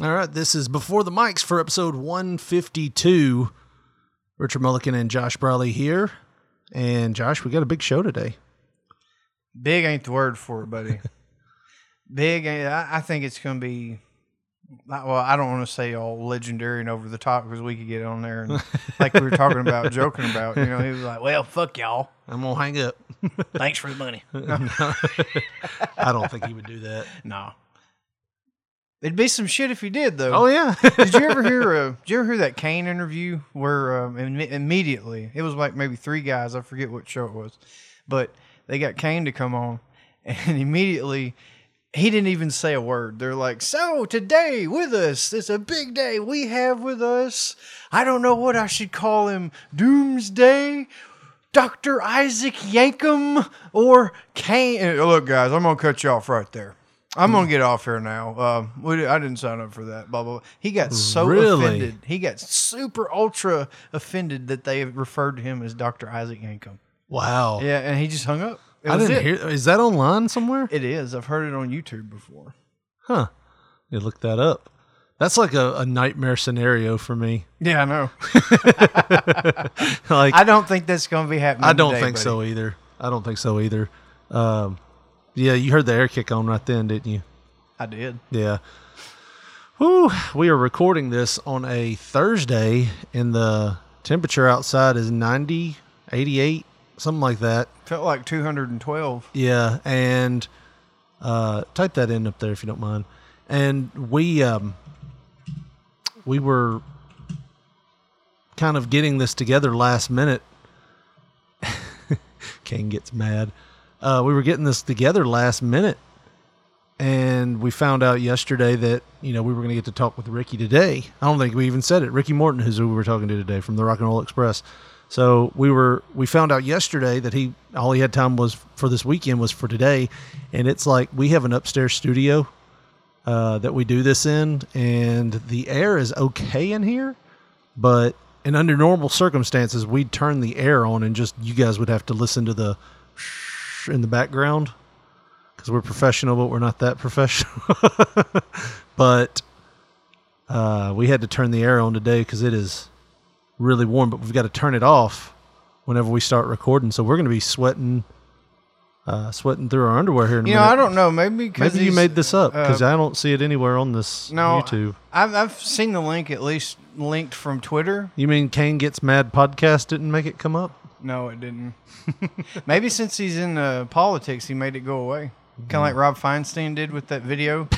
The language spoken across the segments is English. All right, this is Before the Mics for episode 152. Richard Mullican and Josh Brawley here. And Josh, we got a big show today. Big ain't the word for it, buddy. Big, ain't- I, I think it's going to be. not- Well, I don't want to say all legendary and over the top because we could get on there and like we were talking about, joking about. You know, he was like, "Well, fuck y'all, I'm going to hang up. thanks for the money." I don't think he would do that. No, it'd be some shit if he did though. Oh, yeah. did you ever hear? Uh, did you ever hear that Kane interview where um, Im- immediately it was like maybe three guys. I forget what show it was, but they got Kane to come on, and immediately he didn't even say a word. They're like, "So today with us, it's a big day we have with us. I don't know what I should call him. Doomsday." Dr. Isaac Yankum or Kane. Uh, Look, guys, I'm going to cut you off right there. I'm going to get off here now. Um, we, di- I didn't sign up for that. Blah, blah, blah. He got so Really? offended. He got super ultra offended that they referred to him as Dr. Isaac Yankum. Wow. Yeah, and he just hung up. It I was didn't it. hear. Is that online somewhere? It is. I've heard it on YouTube before. Huh. You look that up. That's like a, a nightmare scenario for me. Yeah, I know. Like, I don't think that's going to be happening. I don't today, think buddy. so either. I don't think so either. Um, yeah, you heard the air kick on right then, didn't you? I did. Yeah. Whew, we are recording this on a Thursday, and the temperature outside is 90, 88, something like that. Felt like 212. Yeah, and uh, type that in up there if you don't mind. And we um, we were kind of getting this together last minute. Kane gets mad. Uh, we were getting this together last minute, and we found out yesterday that you know we were going to get to talk with Ricky today. I don't think we even said it. Ricky Morton, who's who we were talking to today from the Rock and Roll Express. So we were we found out yesterday that he all he had time was for this weekend was for today, and it's like we have an upstairs studio uh, that we do this in, and the air is okay in here, but and under normal circumstances we'd turn the air on and just you guys would have to listen to the in the background because we're professional, but we're not that professional. but uh, we had to turn the air on today because it is really warm, but we've got to turn it off whenever we start recording. So we're going to be sweating, uh, sweating through our underwear here in a You know, minute. I don't know. Maybe because Maybe you made this up because uh, I don't see it anywhere on this No, YouTube. I've, I've seen the link at least linked from Twitter. You mean Kane Gets Mad podcast didn't make it come up? No, it didn't. Maybe since he's in uh, politics, he made it go away. Kind Mm-hmm. of like Rob Feinstein did with that video.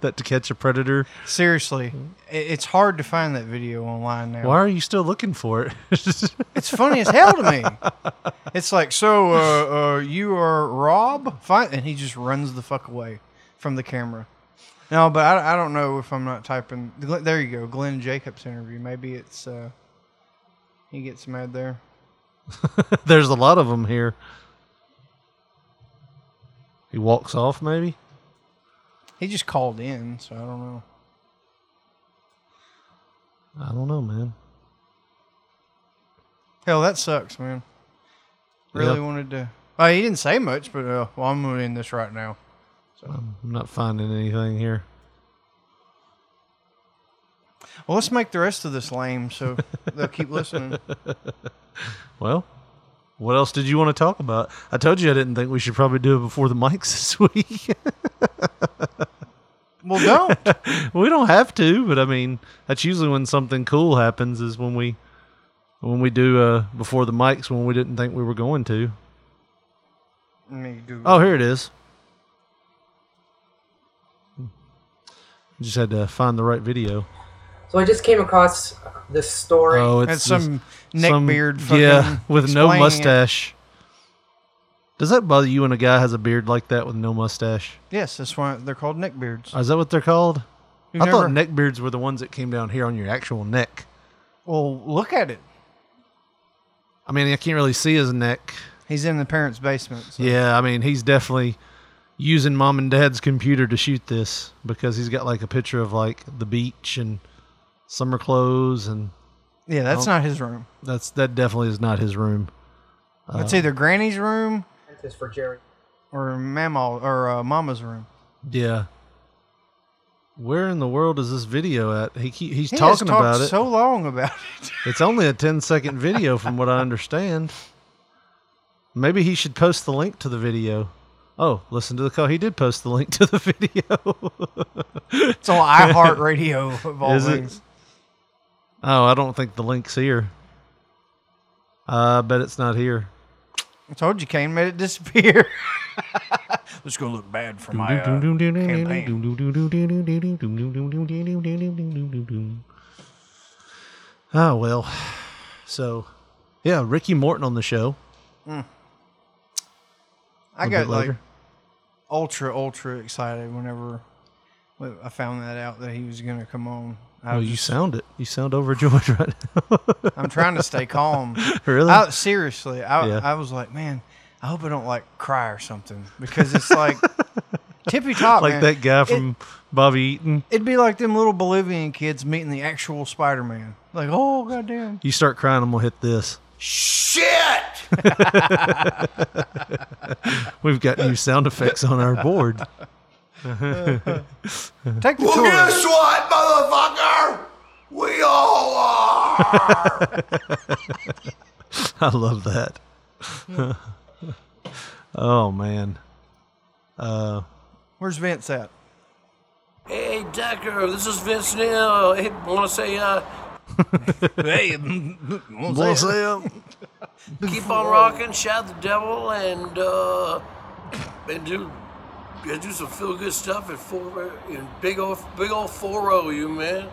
that to catch a predator. Seriously, i- it's hard to find that video online now. Why are you still looking for it? It's funny as hell to me. It's like, so uh, uh, you are Rob Fein, and he just runs the fuck away from the camera. No, but I, I don't know if I'm not typing. Gl- There you go, Glenn Jacobs interview. Maybe it's uh, he gets mad there. There's a lot of them here. He walks off, maybe. He just called in, so I don't know. I don't know, man. Hell, that sucks, man. Really wanted to. Well, he didn't say much, but uh, well, I'm gonna end this right now. I'm not finding anything here. Well, let's make the rest of this lame so they'll keep listening. Well, what else did you want to talk about? I told you I didn't think we should probably do it before the mics this week. Well, don't. we don't have to, but I mean, that's usually when something cool happens is when we when we do uh before the mics when we didn't think we were going to. Let me do. Oh, here it is. Just had to find the right video. So I just came across this story. Oh, it's That's this- some neckbeard. some- fucking Yeah, with no explaining it. mustache. Does that bother you when a guy has a beard like that with no mustache? Yes, that's why they're called neckbeards. Is that what they're called? You've I never- thought neck beards were the ones that came down here on your actual neck. Well, look at it. I mean, I can't really see his neck. He's in the parents' basement. so- Yeah, I mean, he's definitely using mom and dad's computer to shoot this because he's got like a picture of like the beach and summer clothes, and Yeah, that's Oh. not his room. that's that definitely is not his room. Oh. That's either Granny's room This is for Jerry. or Mamaw or uh, Mama's room. Yeah. where in the world is this video at? He, he he's He has talking talked about it. so long about it. It's only a 10 second video from what I understand. Maybe he should post the link to the video. Oh, listen to the call. He did post the link to the video. It's on iHeartRadio of all Is it? things. oh, I don't think the link's here. I bet it's not here. I told you, Kane made it disappear. It's gonna look bad for my uh, campaign. Oh well. So yeah, Ricky Morton on the show. I a got bit like later. ultra ultra excited whenever I found that out that he was gonna come on. I Oh, was you just- sound it. You sound overjoyed right now. I'm trying to stay calm. really? I, seriously, I, Yeah. I was like, man, I hope I don't like cry or something because it's like tippy top. like man. that guy It- from Bobby Eaton. it'd be like them little Bolivian kids meeting the actual Spider Man. Like, oh goddamn, You start crying, I'm gonna hit this. shit! We've got new sound effects on our board. Take the tour. what, motherfucker? We all are. I love that. Hmm. oh man. Where's Vince at? hey, Decker, this is Vince Neil. Hey, want to say, uh, hey, Well, Sam. keep on rocking, shout the devil, and uh, and do and do some feel good stuff at four in big old big old four o you man.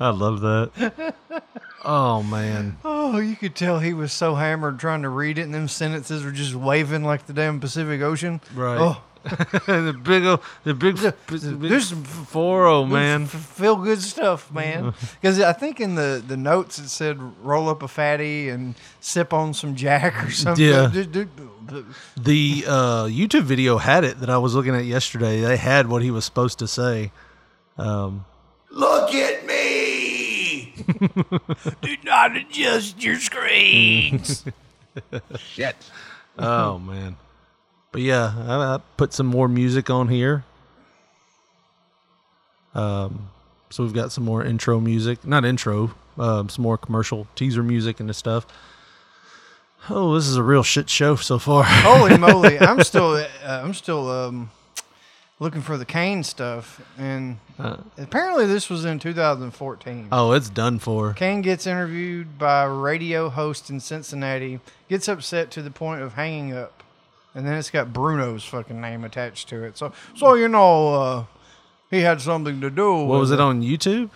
I love that. Oh man. Oh, you could tell he was so hammered trying to read it, and them sentences were just waving like the damn Pacific Ocean. Right. Oh, the big o- the big the big there's- four oh man. feel good stuff, man. Because I think in the, the notes it said roll up a fatty and sip on some Jack or something. Yeah. Dude, dude, The uh, YouTube video had it that I was looking at yesterday. They had what he was supposed to say. Um, Look at me! do not adjust your screens. oh man. But yeah, I, I put some more music on here. Um, so we've got some more intro music, not intro, um, some more commercial teaser music and stuff. Oh, this is a real shit show so far. holy moly! I'm still uh, I'm still um, looking for the cane stuff, and Uh. apparently this was in 2014. Oh, it's done for. Kane gets interviewed by a radio host in Cincinnati, gets upset to the point of hanging up, and then it's got Bruno's fucking name attached to it. So, so you know, uh, he had something to do. What was it on YouTube?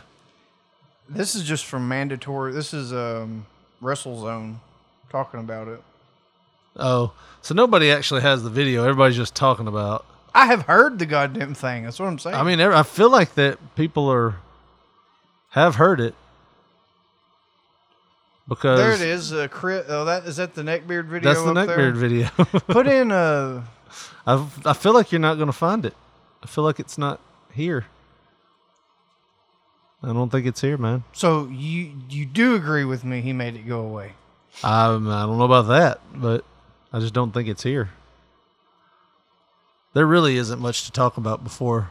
This is just from mandatory. This is um, WrestleZone talking about it. Oh, so nobody actually has the video. Everybody's just talking about. I have heard the goddamn thing. That's what I'm saying. I mean, ev- I feel like that people are have heard it because there it is. Uh, Chris, oh, that is that the neckbeard video. That's the up there? neckbeard video. Put in uh, a. I I feel like you're not going to find it. I feel like it's not here. I don't think it's here, man. So you you do agree with me? He made it go away. Um, I don't know about that, but I just don't think it's here. There really isn't much to talk about before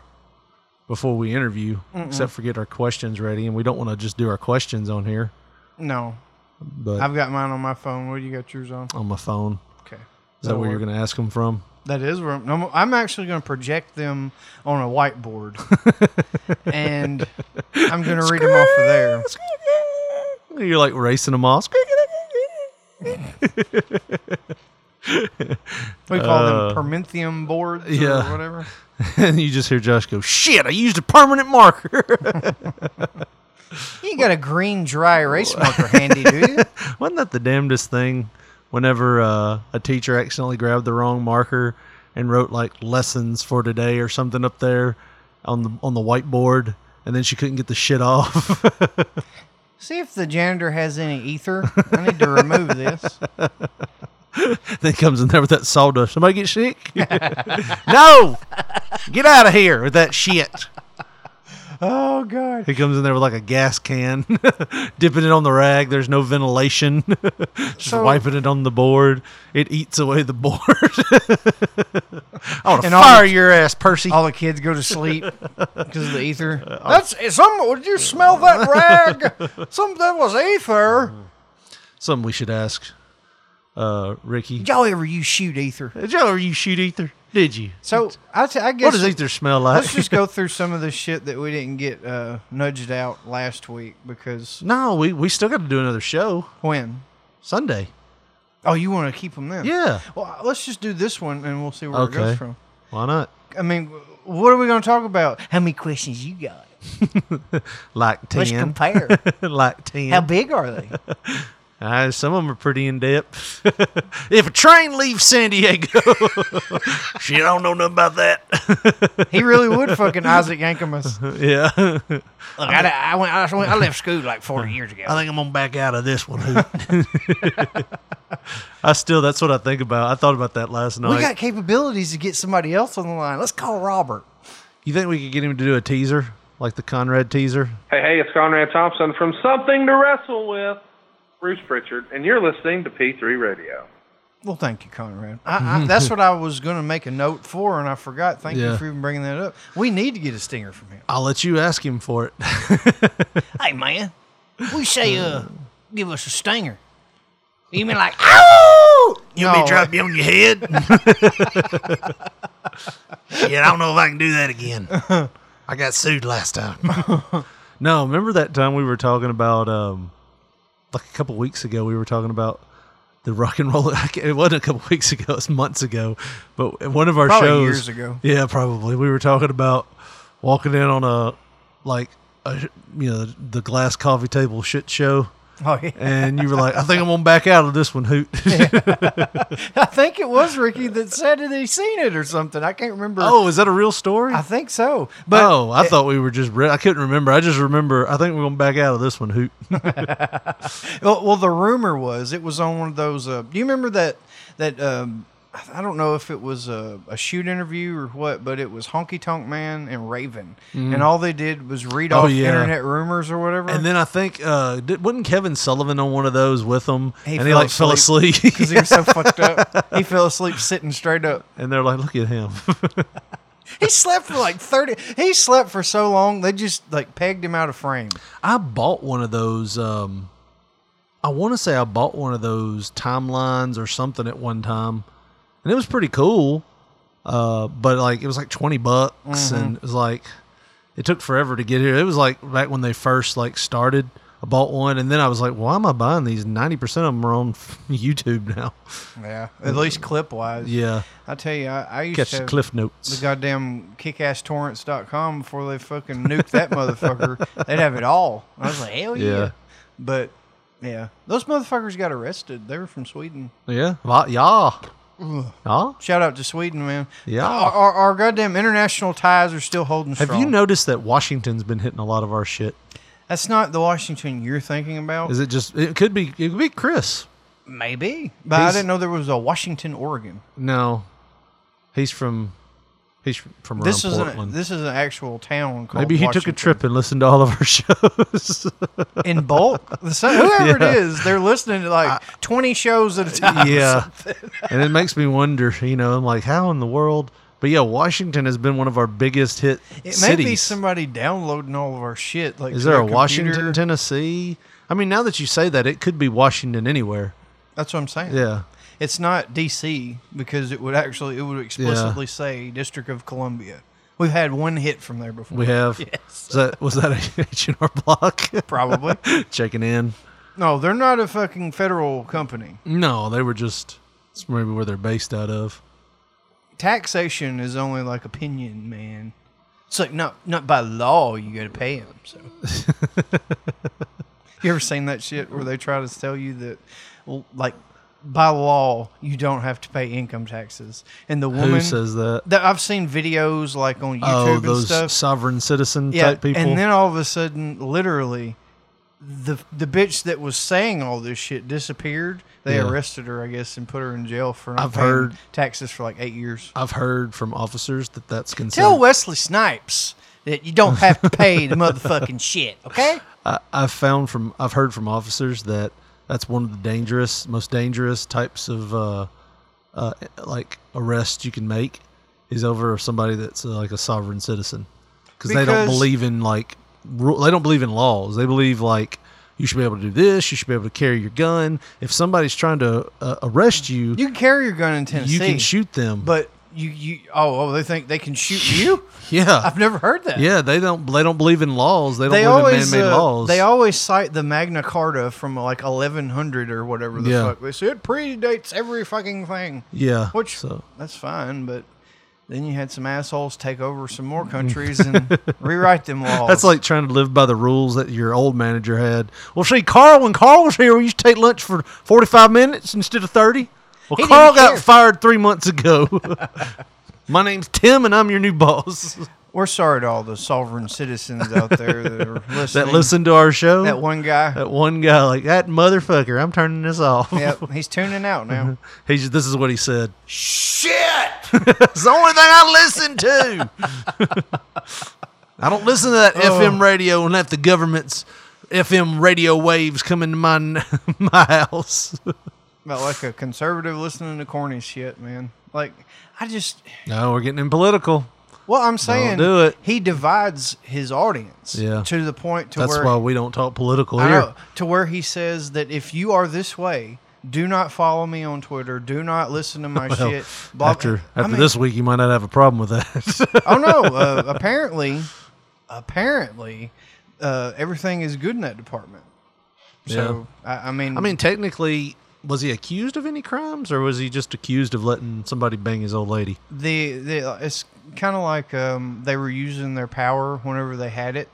before we interview, except for get our questions ready, and we don't want to just do our questions on here, No, but I've got mine on my phone. What do you got yours on? on my phone. Okay. Is that where you're going to ask them from? That is where I'm, I'm- I'm actually going to project them on a whiteboard, and I'm going to read them off of there. You're like racing them off. We call them Perminthium boards Uh, yeah. or whatever. and you just hear Josh go, "Shit! I used a permanent marker." You ain't got a green dry erase marker handy, do you? Wasn't that the damnedest thing? Whenever uh, a teacher accidentally grabbed the wrong marker and wrote like lessons for today or something up there on the on the whiteboard, and then she couldn't get the shit off. See if the janitor has any ether. I need to remove this. then comes in there with that sawdust. Somebody get sick? no, get out of here with that shit. Oh god. He comes in there with like a gas can, dipping it on the rag. There's no ventilation. Just So- wiping it on the board. It eats away the board. I want to And all fire the- your ass, Percy. All the kids go to sleep because of the ether. Uh, That's some. Did you smell that rag? Some that was ether. Something we should ask uh, Ricky. Did y'all ever use shoot ether? Did y'all ever you shoot ether? Did you? So I, t- I guess What does ether smell like? let's just go through some of the shit that we didn't get uh, nudged out last week because no, we, we still got to do another show when? Sunday. Oh, you want to keep them then? Yeah. Well, let's just do this one and we'll see where it Okay. goes from. Why not? I mean, what are we going to talk about? How many questions you got? Like 10. Let's compare. like 10. How big are they? Uh, some of them are pretty in depth. if a train leaves San Diego, she don't know nothing about that. He really would fucking Isaac Yankemus. Look, yeah, I think I, I, went, I, went, I left school like 40 years ago. I'm gonna back out of this one. Hoot. I still, that's what I think about. I thought about that last night. We got capabilities to get somebody else on the line. Let's call Robert. you think we could get him to do a teaser, like the Conrad teaser? Hey, hey, it's Conrad Thompson from Something to Wrestle With, Bruce Pritchard, and you're listening to P3 Radio. Well, thank you, Conrad. I, I, that's what I was going to make a note for, and I forgot. Thank Yeah. you for even bringing that up. We need to get a stinger from him. I'll let you ask him for it. Hey, man, we say, uh, give us a stinger. You mean like, "Oh, ow? You want me to drop you on your head? yeah, I don't know if I can do that again. I got sued last time. no, remember that time we were talking about, um, like a couple weeks ago, we were talking about the rock and roll. I can't- It wasn't a couple weeks ago; it was months ago. But one of our Probably shows, years ago. yeah, probably we were talking about walking in on a like a you know the glass coffee table shit show, Oh, yeah. and you were like, "I think I'm gonna back out of this one." Hoot. I think it was Ricky that said that he seen it or something. I can't remember. oh, is that a real story? I think so. But oh, I thought we were just. Re- I couldn't remember. I just remember. I think we're gonna back out of this one. Hoot. Well, well, the rumor was it was on one of those. Uh, do you remember that that um, I don't know if it was a, a shoot interview or what, but it was Honky Tonk Man and Raven, and all they did was read Mm-hmm. Oh, off yeah. internet rumors or whatever. And then I think uh, did, wasn't Kevin Sullivan on one of those with them, He and he fell like fell asleep. because he was so fucked up, he fell asleep sitting straight up. and they're like, "Look at him." He slept for like thirty. He slept for so long they just like pegged him out of frame. I bought one of those. Um, I want to say I bought one of those timelines or something at one time, and it was pretty cool. Uh, but like it was like twenty bucks, and it was like it took forever to get here. It was like back when they first like started. I bought one, and then I was like, "Why am I buying these? Ninety percent of them are on YouTube now." Yeah, at least clip wise. Mm-hmm. Yeah, I tell you, I, I used catch to the have, cliff the notes. goddamn kickasstorrents.com before they fucking nuked that motherfucker. They'd have it all. I was like, hell yeah. Yeah. But yeah, those motherfuckers got arrested. They were from Sweden. Yeah, Va- yeah, yeah. Shout out to Sweden, man. Yeah. Our, our, our goddamn international ties are still holding Have Oh, strong. you noticed that Washington's been hitting a lot of our shit? That's not the Washington you're thinking about. Is it just? It could be. It could be Chris. Maybe. But I He's- didn't know there was a Washington, Oregon. No, he's from he's from around This is, an, Portland. this is an actual town called Maybe he took a trip and listened to all of our shows. Washington. in bulk. So whoever it is, they're listening to like 20 shows at a time. yeah, and it makes me wonder. You know, I'm like, how in the world? But yeah, Washington has been one of our biggest hit It may cities. be somebody downloading all of our shit. Like, is to there a their Washington, computer. Tennessee? I mean, now that you say that, it could be Washington anywhere. That's what I'm saying. Yeah, it's not D.C. because it would actually it would explicitly say District of Columbia. We've had one hit from there before, we have. Is that was that a H and R Block probably. checking in? no, they're not a fucking federal company. No, they were just. It's maybe where they're based out of. Taxation is only like opinion, man. It's like not not by law you got to pay them. So, you ever seen that shit where they try to tell you that, well, like, by law you don't have to pay income taxes, and the woman Who says that? that I've seen videos like on YouTube oh, and those stuff. sovereign citizen yeah, type people. and then all of a sudden, literally, the the bitch that was saying all this shit disappeared. They Yeah. arrested her, I guess, and put her in jail for not I've paying heard- taxes for like eight years. I've heard from officers that that's considered. Tell Wesley Snipes that you don't have to pay the motherfucking shit. Okay? I, I've found from I've heard from officers that that's one of the dangerous, most dangerous types of uh, uh, like arrest you can make is over somebody that's uh, like a sovereign citizen because they don't Because- believe in like ru- they don't believe in laws. They believe like you should be able to do this, you should be able to carry your gun. If somebody's trying to uh, arrest you, You can carry your gun in Tennessee. you can shoot them. but you you oh oh they think they can shoot you. yeah, I've never heard that. yeah, they don't they don't believe in laws. They don't They believe always in man-made uh, laws. they always cite the Magna Carta from like 1100 or whatever the Yeah. fuck. They say it predates every fucking thing. yeah, Which so that's fine, but then you had some assholes take over some more countries and rewrite them laws. Mm. That's like trying to live by the rules that your old manager had. Well, see, Carl, when Carl was here, we used to take lunch for 45 minutes instead of 30. Well, He Carl didn't got care. fired three months ago. My name's Tim, and I'm your new boss we're sorry to all the sovereign citizens out there that are listening. that listened to our show. That one guy. That one guy, like, that motherfucker, I'm turning this off. Yep, he's tuning out Uh-huh. now. He's just, this is what he said. Shit! It's the only thing I listen to. I don't listen to that FM radio and let the government's FM radio waves come into my, my house. About like a conservative listening to corny shit, man. Like I just No, we're getting in political. well, I'm saying do it. he divides his audience Yeah. to the point to That's where why we don't talk political I here. know, to where he says that if you are this way, do not follow me on Twitter, do not listen to my Well, shit. blah- after I after mean, this week, you might not have a problem with that. oh no! Uh, apparently, apparently, uh, everything is good in that department. So I, I mean, I mean, technically, was he accused of any crimes, or was he just accused of letting somebody bang his old lady? the the it's kind of like um, they were using their power whenever they had it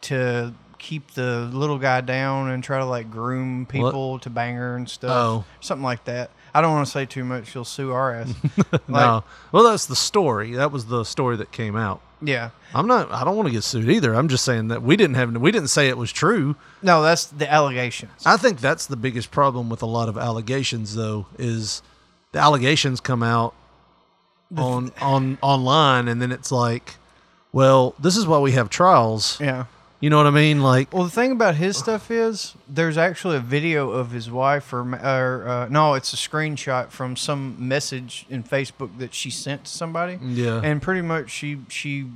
to keep the little guy down and try to like groom people to bang her and stuff, Oh. something like that. I don't want to say too much; she'll sue our ass. no. Well, that's the story. That was the story that came out. Yeah, I'm not. I don't want to get sued either. I'm just saying that we didn't have. We didn't say it was true. no, that's the allegations. I think that's the biggest problem with a lot of allegations, though, is the allegations come out on on online, and then it's like, well, this is why we have trials. yeah. You know what I mean? Like, Well, the thing about his stuff is there's actually a video of his wife, or, ma- or uh, no, it's a screenshot from some message in Facebook that she sent to somebody. Yeah. and pretty much she she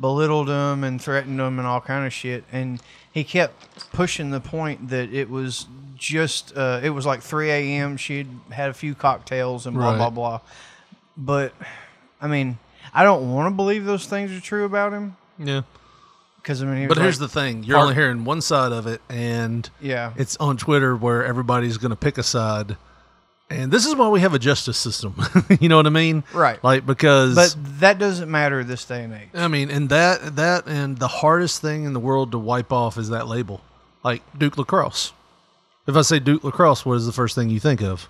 belittled him and threatened him and all kind of shit, and he kept pushing the point that it was just uh, it was like 3 a.m. She had had a few cocktails and blah blah Right. blah, but I mean, I don't want to believe those things are true about him yeah. because I mean, he was But here's the like- thing: you're part- only hearing one side of it, and yeah. it's on Twitter where everybody's going to pick a side. And this is why we have a justice system. you know what I mean? Right. Like because But that doesn't matter this day and age. I mean, and that that and the hardest thing in the world to wipe off is that label, like Duke Lacrosse. If I say Duke Lacrosse, what is the first thing you think of?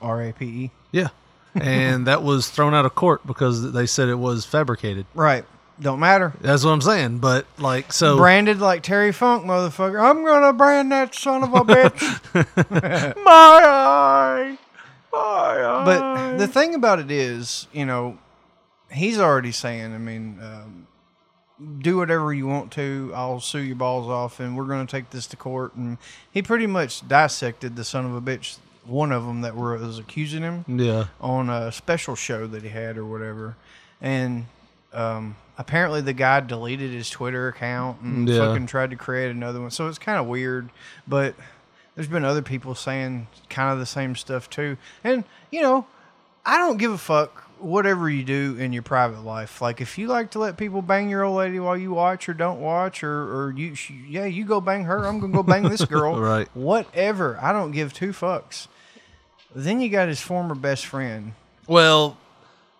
R A P E. Yeah, and that was thrown out of court because they said it was fabricated. Right. Don't matter. That's what I'm saying. But like, so Branded like Terry Funk, motherfucker. I'm gonna brand that son of a bitch. my eye, my eye. but the thing about it is, you know, he's already saying. I mean, um, do whatever you want to. I'll sue your balls off, and we're gonna take this to court. And he pretty much dissected the son of a bitch. One of them that was accusing him. yeah, on a special show that he had or whatever, and um, apparently the guy deleted his Twitter account and Yeah. fucking tried to create another one. So it's kind of weird, but there's been other people saying kind of the same stuff too. And you know, I don't give a fuck whatever you do in your private life. Like if you like to let people bang your old lady while you watch or don't watch or or you sh- yeah, you go bang her, I'm going to go bang this girl. Right. Whatever. I don't give two fucks. Then you got his former best friend well,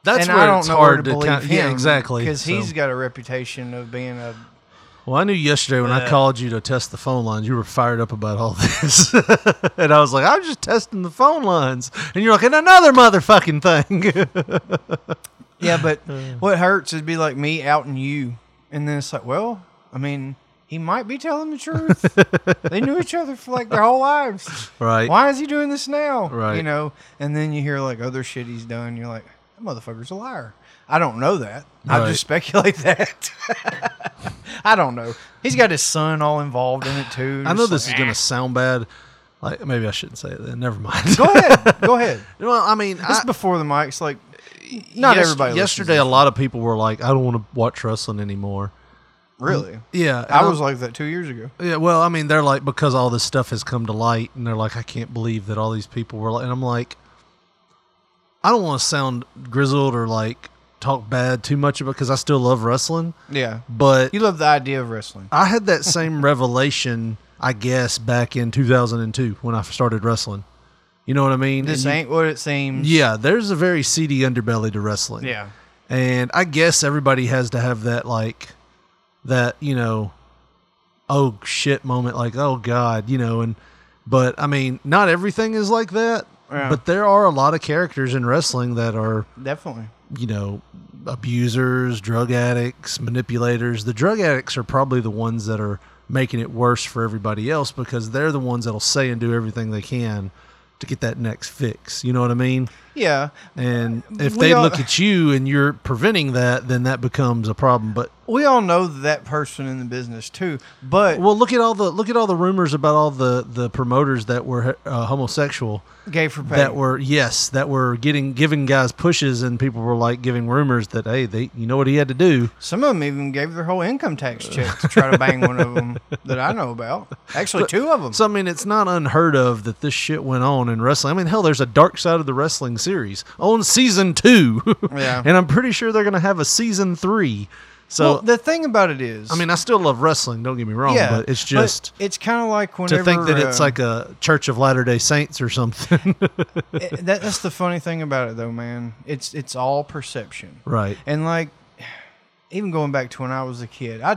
that's and where I don't it's know hard where to, to believe count- him. Yeah, exactly. Because so- he's got a reputation of being a. Well, I knew yesterday when I called you to test the phone lines, you were fired up about all this. and I was like, I'm just testing the phone lines. And you're like, and another motherfucking thing. Yeah, but what hurts is be like me outing you, and then it's like, well, I mean, he might be telling the truth. they knew each other for like their whole lives. right. Why is he doing this now? Right. You know, and then you hear like other shit he's done. You're like, that motherfucker's a liar. I don't know that. I Right. just speculate that. I don't know. He's got his son all involved in it too. I know Just this is like, going to sound bad. Like maybe I shouldn't say it then. Never mind. Go ahead. Go ahead. well, I mean, This I, is before the mics. Like, not yes- everybody. listens to Yesterday, a this. lot of people were like, "I don't want to watch wrestling anymore." really. Yeah, I and was I'm- like that two years ago. yeah. Well, I mean, they're like because all this stuff has come to light, and they're like, "I can't believe that all these people were like," and I'm like, I don't want to sound grizzled or like talk bad too much about because I still love wrestling, Yeah, but you love the idea of wrestling. I had that same revelation, I guess, back in 2002 when I started wrestling. You know what I mean? This And you- ain't what it seems. Yeah, there's a very seedy underbelly to wrestling. Yeah. And I guess everybody has to have that, like, that, you know, oh shit moment, like, oh God, you know, and, but I mean, not everything is like that. Yeah. But there are a lot of characters in wrestling that are definitely. you know, abusers, drug addicts, manipulators. The drug addicts are probably the ones that are making it worse for everybody else because they're the ones that'll say and do everything they can to get that next fix. You know what I mean? Yeah, And if Uh, We they all- look at you and you're preventing that, then that becomes a problem. But we all know that person in the business too. But well, look at all the look at all the rumors about all the the promoters that were uh, homosexual gay for pay. that were yes that were getting giving guys pushes and people were like giving rumors that hey they you know what he had to do Some of them even gave their whole income tax check to try to bang one of them that I know about. Actually, two of them. So I mean, it's not unheard of that this shit went on in wrestling. I mean, hell, there's a Dark Side of the Wrestling series on season two, Yeah. and I'm pretty sure they're gonna have a season three. So well, the thing about it is, uh, I mean, I still love wrestling. Don't get me wrong, yeah, but it's just it's kind of like to whenever think that it's uh, like a Church of Latter Day Saints or something, it- that, that's the funny thing about it though, man. It's it's all perception, right? and like even going back to when I was a kid, I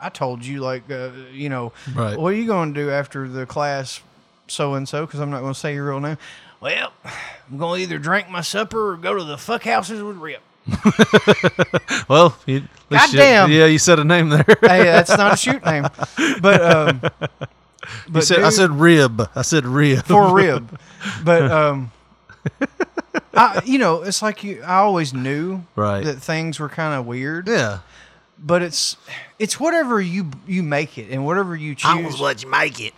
I told you like uh, you know Right. what are you going to do after the class so and so because I'm not going to say your real name. Well, I'm going to either drink my supper or go to the fuck houses with Rip. Well, you, at least you- Goddamn. yeah, you said a name there. hey, that's not a shoot name, but um, but you said I dude, said rib. I said rib. for rib, but um, I you know it's like you I always knew Right. that things were kind of weird, yeah, but it's it's whatever you you make it and whatever you choose. what you make it.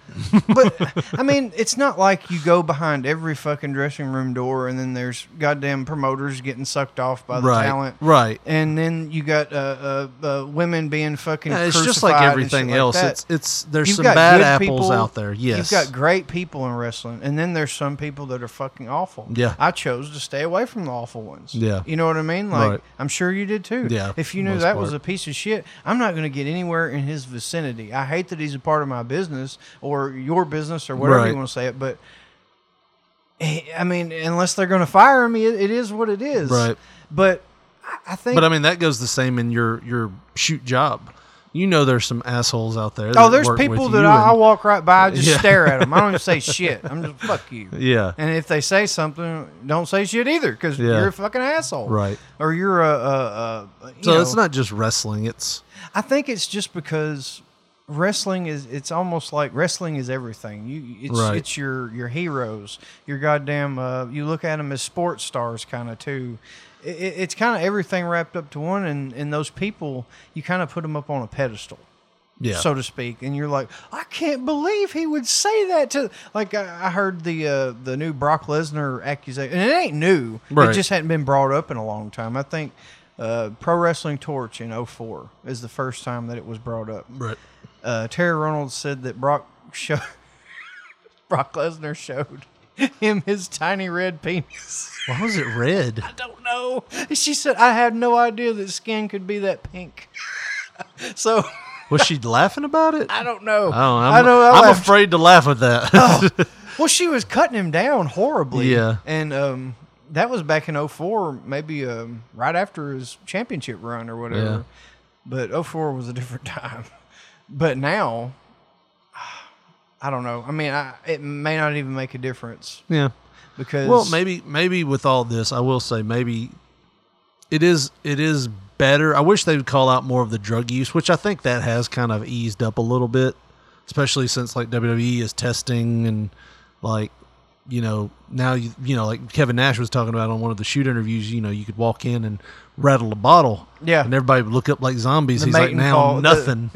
but I mean, it's not like you go behind every fucking dressing room door and then there's goddamn promoters getting sucked off by the Right, talent, right. And then you got uh, uh, uh, women being fucking. Yeah, it's just crucified like and everything shit like else. that. it's it's there's You've some got bad good apples people, out there. Yes, You've got great people in wrestling, and then there's some people that are fucking awful. Yeah. I chose to stay away from the awful ones. Yeah. You know what I mean? Like, Right. I'm sure you did too. Yeah, If for you the knew most that was part. a piece of shit, I'm not going to get anywhere in his vicinity. I hate that he's a part of my business or your business or whatever Right. you want to say it, but. eh, I mean, unless they're going to fire me, it, it is what it is. Right. But I- I think. But I mean, that goes the same in your your shoot job. You know, there's some assholes out there. oh, that there's work with people you that I, I and- walk right by, I just Yeah. stare at them. I don't even say shit. I'm just fuck you. yeah, And if they say something, don't say shit either because Yeah. you're a fucking asshole. Right. Or you're a. a, a you so know, it's not just wrestling. It's I think it's just because wrestling is it's almost like wrestling is everything you it's Right. it's your your heroes your goddamn uh you look at them as sports stars kind of too it, it- it's kind of everything wrapped up to one and and those people you kind of put them up on a pedestal yeah, so to speak. And you're like, I can't believe he would say that to. Like I, I heard the uh, the new Brock Lesnar accusation, and it ain't new. It Right. just hadn't been brought up in a long time. I think uh, Pro Wrestling Torch in 04 is the first time that it was brought up. right. Uh, Terry Reynolds said that Brock showed Brock Lesnar showed him his tiny red penis. Why was it red? I don't know. She said, I had no idea that skin could be that pink. so. Was she laughing about it? I don't know. Oh, I'm, I know. I I'm laughed. Oh. afraid to laugh at that. Well, she was cutting him down horribly. Yeah. And um, that was back in 04, maybe um, right after his championship run or Yeah. whatever. But 04 was a different time. But now, I don't know. I mean, I, it may not even make a difference yeah. because. Well, maybe maybe with all this, I will say maybe it is it is better. I wish they would call out more of the drug use, which I think that has kind of E eased up a little bit, especially since like WWE is testing and like you know, now you you know, like Kevin Nash was talking about on one of the shoot interviews, you know, you could walk in and rattle a bottle. Yeah. And everybody would look up like zombies. The He's like, mating now call, the- nothing.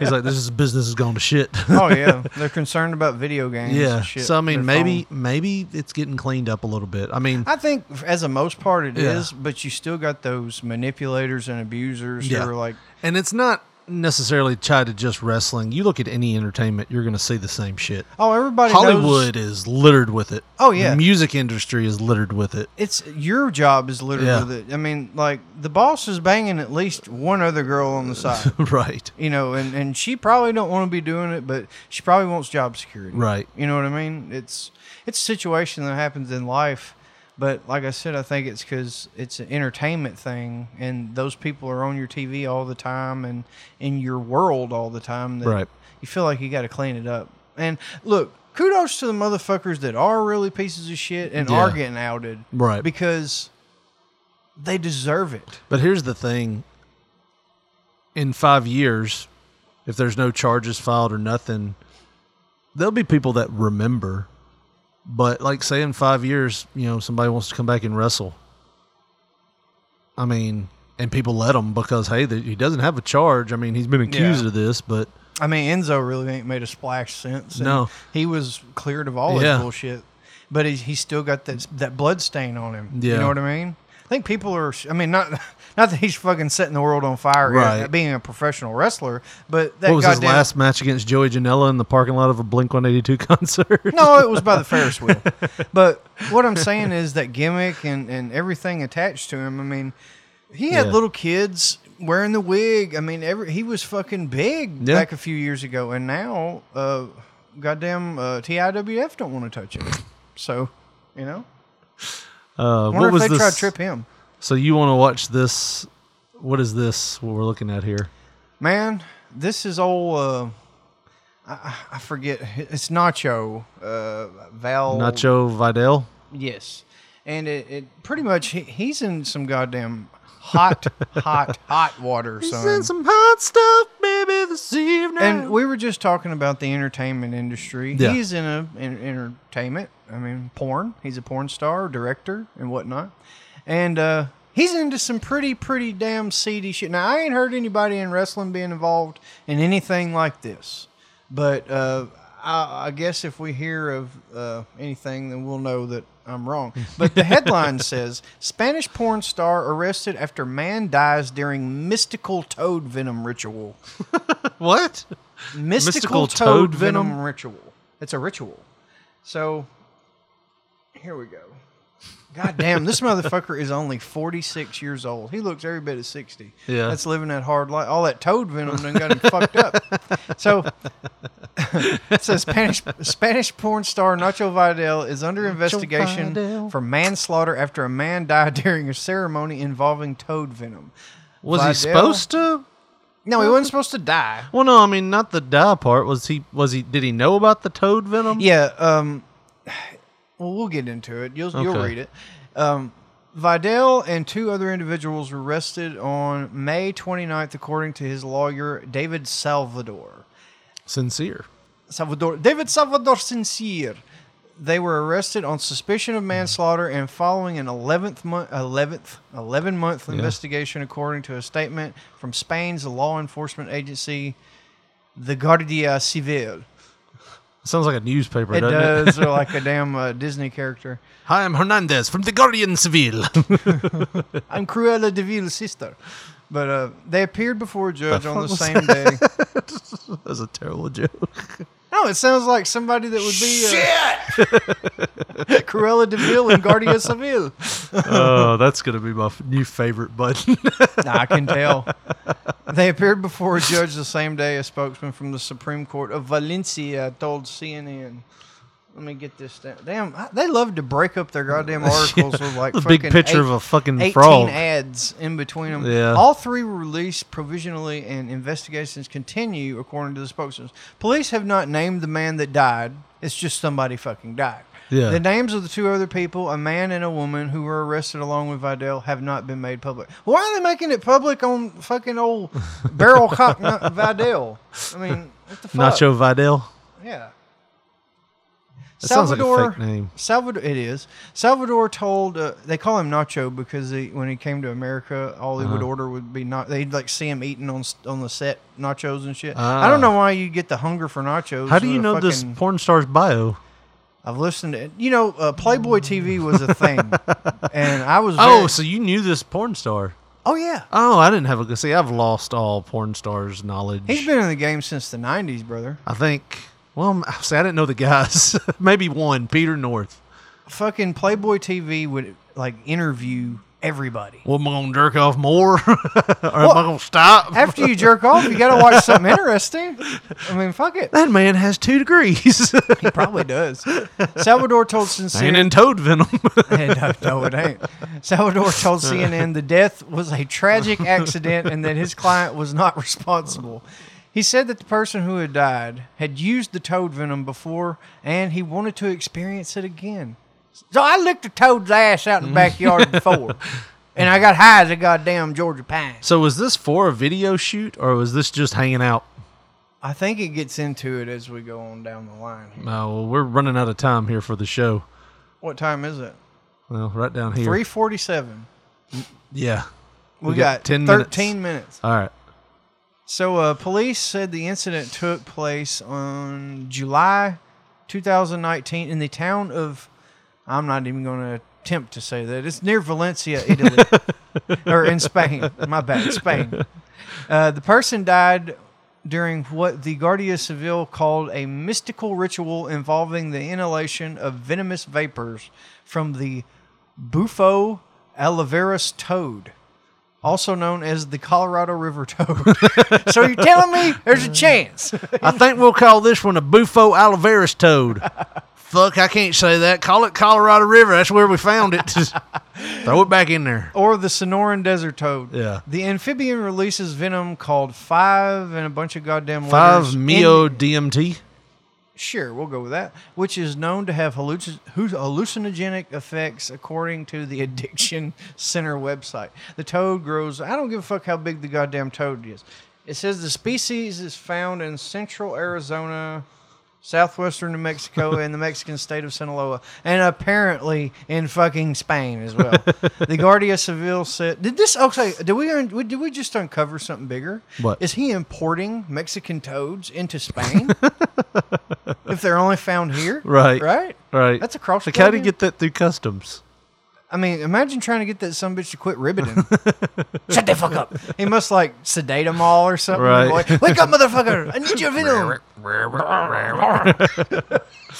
He's like, this is business has gone to shit. oh yeah, they're concerned about video games. yeah. and shit, so I their mean, maybe phone. maybe it's getting cleaned up a little bit. I mean, I think f- as a most part it is, Yeah. but you still got those manipulators and abusers Yeah. who are like, and it's not necessarily tied to just wrestling. You look at any entertainment, you're going to see the same shit. oh, everybody knows- Hollywood is littered with it. Oh, yeah. the music industry is littered with it. It's your job is literally Yeah. with it. I mean, like the boss is banging at least one other girl on the side. right, you know, and, and she probably don't want to be doing it, but she probably wants job security. Right. You know what I mean? It's it's a situation that happens in life, but like I said, I think it's because it's an entertainment thing, and those people are on your TV all the time and in your world all the time. That Right. You feel like you got to clean it up. And look, kudos to the motherfuckers that are really pieces of shit and are Yeah. getting outed, Right. Because they deserve it. but here's the thing: in five years, if there's no charges filed or nothing, there'll be people that remember. But like, say in five years, you know, somebody wants to come back and wrestle. I mean, and people let him because hey, th he doesn't have a charge. I mean, he's been accused Yeah. of this, but I mean, Enzo really ain't made a splash since. and No. he was cleared of all Yeah. his bullshit, but he, he still got that that blood stain on him. Yeah. you know what I mean. I think people are. I mean, not not that he's fucking setting the world on fire, Right. at being a professional wrestler, but that what was his goddamn. last match against Joey Janela in the parking lot of a Blink 182 concert? no, it was by the Ferris wheel. But what I'm saying is that gimmick and, and everything attached to him. I mean, he had Yeah. little kids wearing the wig. I mean, every he was fucking big Yeah. back a few years ago, and now, uh, goddamn uh, TIWF don't want to touch him. So, you know, Uh, I wonder what was if they this? try to trip him. So you want to watch this? What is this? What we're looking at here? Man, this is old. Uh, I, I forget. It's Nacho. Uh, Val. Nacho Vidal. Yes, and it, it pretty much he, he's in some goddamn hot, hot, hot water, son. some hot stuff, baby, this evening. and we were just talking about the entertainment industry. Yeah. He's in a in, entertainment. I mean, porn. He's a porn star, director, and whatnot. And uh, he's into some pretty, pretty damn seedy shit. Now, I ain't heard anybody in wrestling being involved in anything like this, but uh, I, I guess if we hear of uh, anything, then we'll know that I'm wrong. But the headline says Spanish porn star arrested after man dies during mystical toad venom ritual what? mystical, Mystical toad, toad venom, venom? ritual. It's a ritual. So here we go. God damn, this motherfucker is only 46 years old. He looks every bit of 60. Yeah. That's living that hard life. All that toad venom done got him fucked up. So it says Spanish, Spanish porn star Nacho Vidal is under investigation Vidal. for manslaughter after a man died during a ceremony involving toad venom. Was he Vidal? supposed to? No, he wasn't supposed to die. Well, no. I mean, not the die part. Was he? Was he? Did he know about the toad venom? Yeah. Um, well, we'll get into it. You'll, you'll Okay. read it. Um, Vidal and two other individuals were arrested on May 29th, according to his lawyer, David Salvador. Sincere. Salvador David Salvador Sincere. They were arrested on suspicion of manslaughter and following an 11th month 11th 11 month investigation according to a statement from Spain's law enforcement agency the Guardia Civil. Sounds like a newspaper, It doesn't it? does or like a damn uh, Disney character. Hi, I'm Hernandez from the Guardian Seville. I'm Cruella de Vil's sister. But uh, they appeared before a judge on the fuck was same day. That's a terrible joke. No, it sounds like somebody that would be uh, Cruella de Vil and Guardia Seville. oh, that's gonna be my f- new favorite button. Nah, I can tell. They appeared before a judge the same day. A spokesman from the Supreme Court of Valencia told CNN. Let me get this down. Damn, I- they love to break up their goddamn articles with like The big fucking picture eight- of a fucking 18 frog. ads in between them. Yeah. All three were released provisionally, and investigations continue, according to the spokesman. Police have not named the man that died. It's just somebody fucking died. Yeah. The names of the two other people, a man and a woman who were arrested along with Vidal, have not been made public. Why are they making it public on fucking old barrel cock Na- Vidal? I mean, what the fuck? Nacho Vidal. Yeah. That sounds like Salvador, a fake name. Salvador, it is. Salvador told uh, they call him Nacho because he, when he came to America, all he Uh-huh. would order would be not. They'd like see him eating on s- on the set nachos and shit. I Ah. don't know why you get the hunger for nachos. How do with you a know this fucking- porn star's bio? I've listened to you know uh, Playboy TV was a thing, and I was Oh, very- so you knew this porn star? oh yeah. Oh, I didn't have a good. See, I've lost all porn stars knowledge. He's been in the game since the '90s, brother. I think. Well, m- see, I didn't know the guys. Maybe one, Peter North. Fucking Playboy TV would like interview everybody. Well, am I gonna jerk off more, or am I Well, gonna stop? After you jerk off, you gotta watch something interesting. I mean, fuck it. that man has two degrees He probably does. Salvador told and CNN. in toad venom. no, no, it ain't. Salvador told CNN the death was a tragic accident and that his client was not responsible. He said that the person who had died had used the toad venom before and he wanted to experience it again. So I licked a toad's ass out in the backyard before, and I got high as a goddamn Georgia pine. so, was this for a video shoot, or was this just hanging out? I think it gets into it as we go on down the line. No, Uh, we're running out of time here for the show. What time is it? Well, right down here. Three forty-seven. Yeah. We, We got got, 10 minutes. thirteen minutes. All right. So, uh, police said the incident took place on July 2019 in the town of. I'm not even going to attempt to say that. It's near Valencia, Italy, or in Spain. My bad, Spain. Uh, the person died during what the Guardia Civil called a mystical ritual involving the inhalation of venomous vapors from the Bufo alaveris toad, also known as the Colorado River toad. so you're telling me there's a chance? I think we'll call this one a Bufo Oliveris toad. Fuck, I can't say that. Call it Colorado River. That's where we found it. Just throw it back in there. or the Sonoran Desert toad. Yeah. The amphibian releases venom called five and a bunch of goddamn letters Five in- Mio DMT. Sure, we'll go with that. Which is known to have halluci- hu- hallucinogenic effects, according to the Addiction Center website. The toad grows. I don't give a fuck how big the goddamn toad is. It says the species is found in central Arizona, southwestern New Mexico, and the Mexican state of Sinaloa, and apparently in fucking Spain as well. the Guardia Civil said, "Did this? Okay, did we un- did we just uncover something bigger? What? is he importing Mexican toads into Spain?" if they're only found here. Right. Right. Right. That's a cross. Like, how do you plugin. get that through customs? I mean, imagine trying to get that some bitch to quit ribbiting. Shut the fuck up. He must like sedate them all or something. Right. Like, Wake up, motherfucker! I need your venom.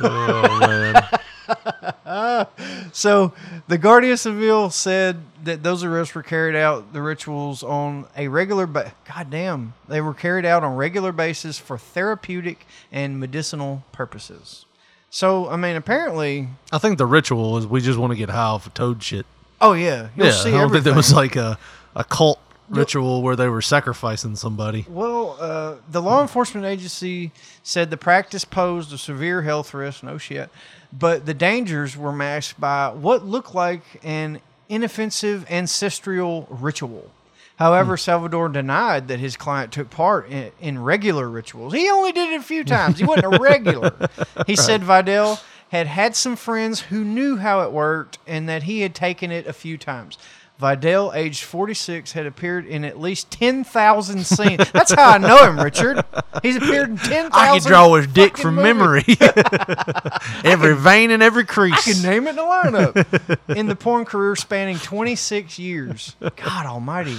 Oh, man. So the Guardia Civil said that those arrests were carried out the rituals on a regular but goddamn they were carried out on regular basis for therapeutic and medicinal purposes. So I mean, apparently, I think the ritual is we just want to get high off of toad shit. oh yeah, you'll yeah. see I don't think there everything. was like a, a cult ritual where they were sacrificing somebody. Well, uh, the law enforcement agency said the practice posed a severe health risk, no shit, but the dangers were masked by what looked like an inoffensive ancestral ritual. However, Salvador denied that his client took part in, in regular rituals. He only did it a few times. He wasn't a regular. He said Vidal had had some friends who knew how it worked and that he had taken it a few times. Vidal, aged 46, had appeared in at least 10,000 scenes. That's how I know him, Richard. He's appeared in 10,000. I could draw his dick fucking from movies. memory. every vein and every crease. I could name it in the lineup. in the porn career spanning 26 years. God almighty.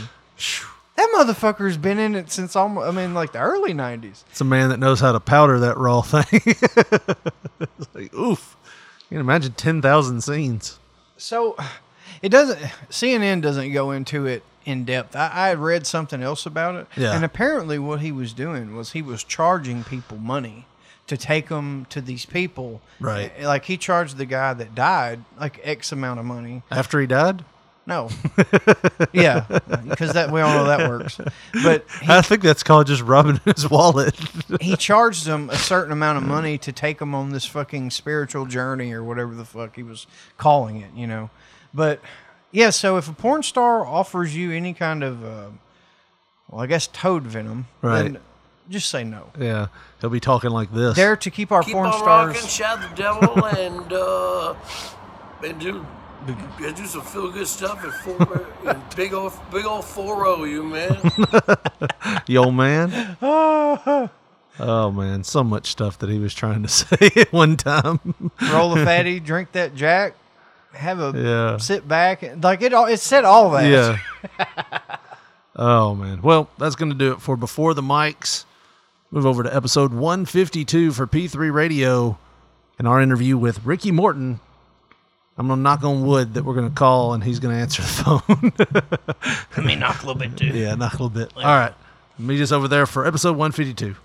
That motherfucker's been in it since almost, I mean, like the early 90s. It's a man that knows how to powder that raw thing. It's like, oof. You can imagine 10,000 scenes. So it doesn't, CNN doesn't go into it in depth. I, I had read something else about it. Yeah. And apparently, what he was doing was he was charging people money to take them to these people. Right. Eh, Like he charged the guy that died like X amount of money. After he died? No. yeah. Because that, we all know that works. But he I think that's called just rubbing his wallet. he charged them a certain amount of money to take them on this fucking spiritual journey or whatever the fuck he was calling it, you know. But yeah, so if a porn star offers you any kind of, uh, well, I guess toad venom, Right. then Just say no. Yeah, he'll be talking like this. Dare to keep our Keep porn on rocking, stars. shout the devil, and uh, and do and do some feel good stuff at four in big old big old four O, you man. Yo, man. oh man, so much stuff that he was trying to say at one time. Roll a fatty, drink that Jack, have a Yeah. sit back. Like it all. It said all that. yeah. oh man. Well, that's going to do it for before the mics. Move over to episode 152 for P3 Radio and our interview with Ricky Morton. I'm gonna knock on wood that we're gonna call and he's gonna answer the phone. I mean, knock a little bit too. yeah, knock a little bit. All right, meet us over there for episode 152.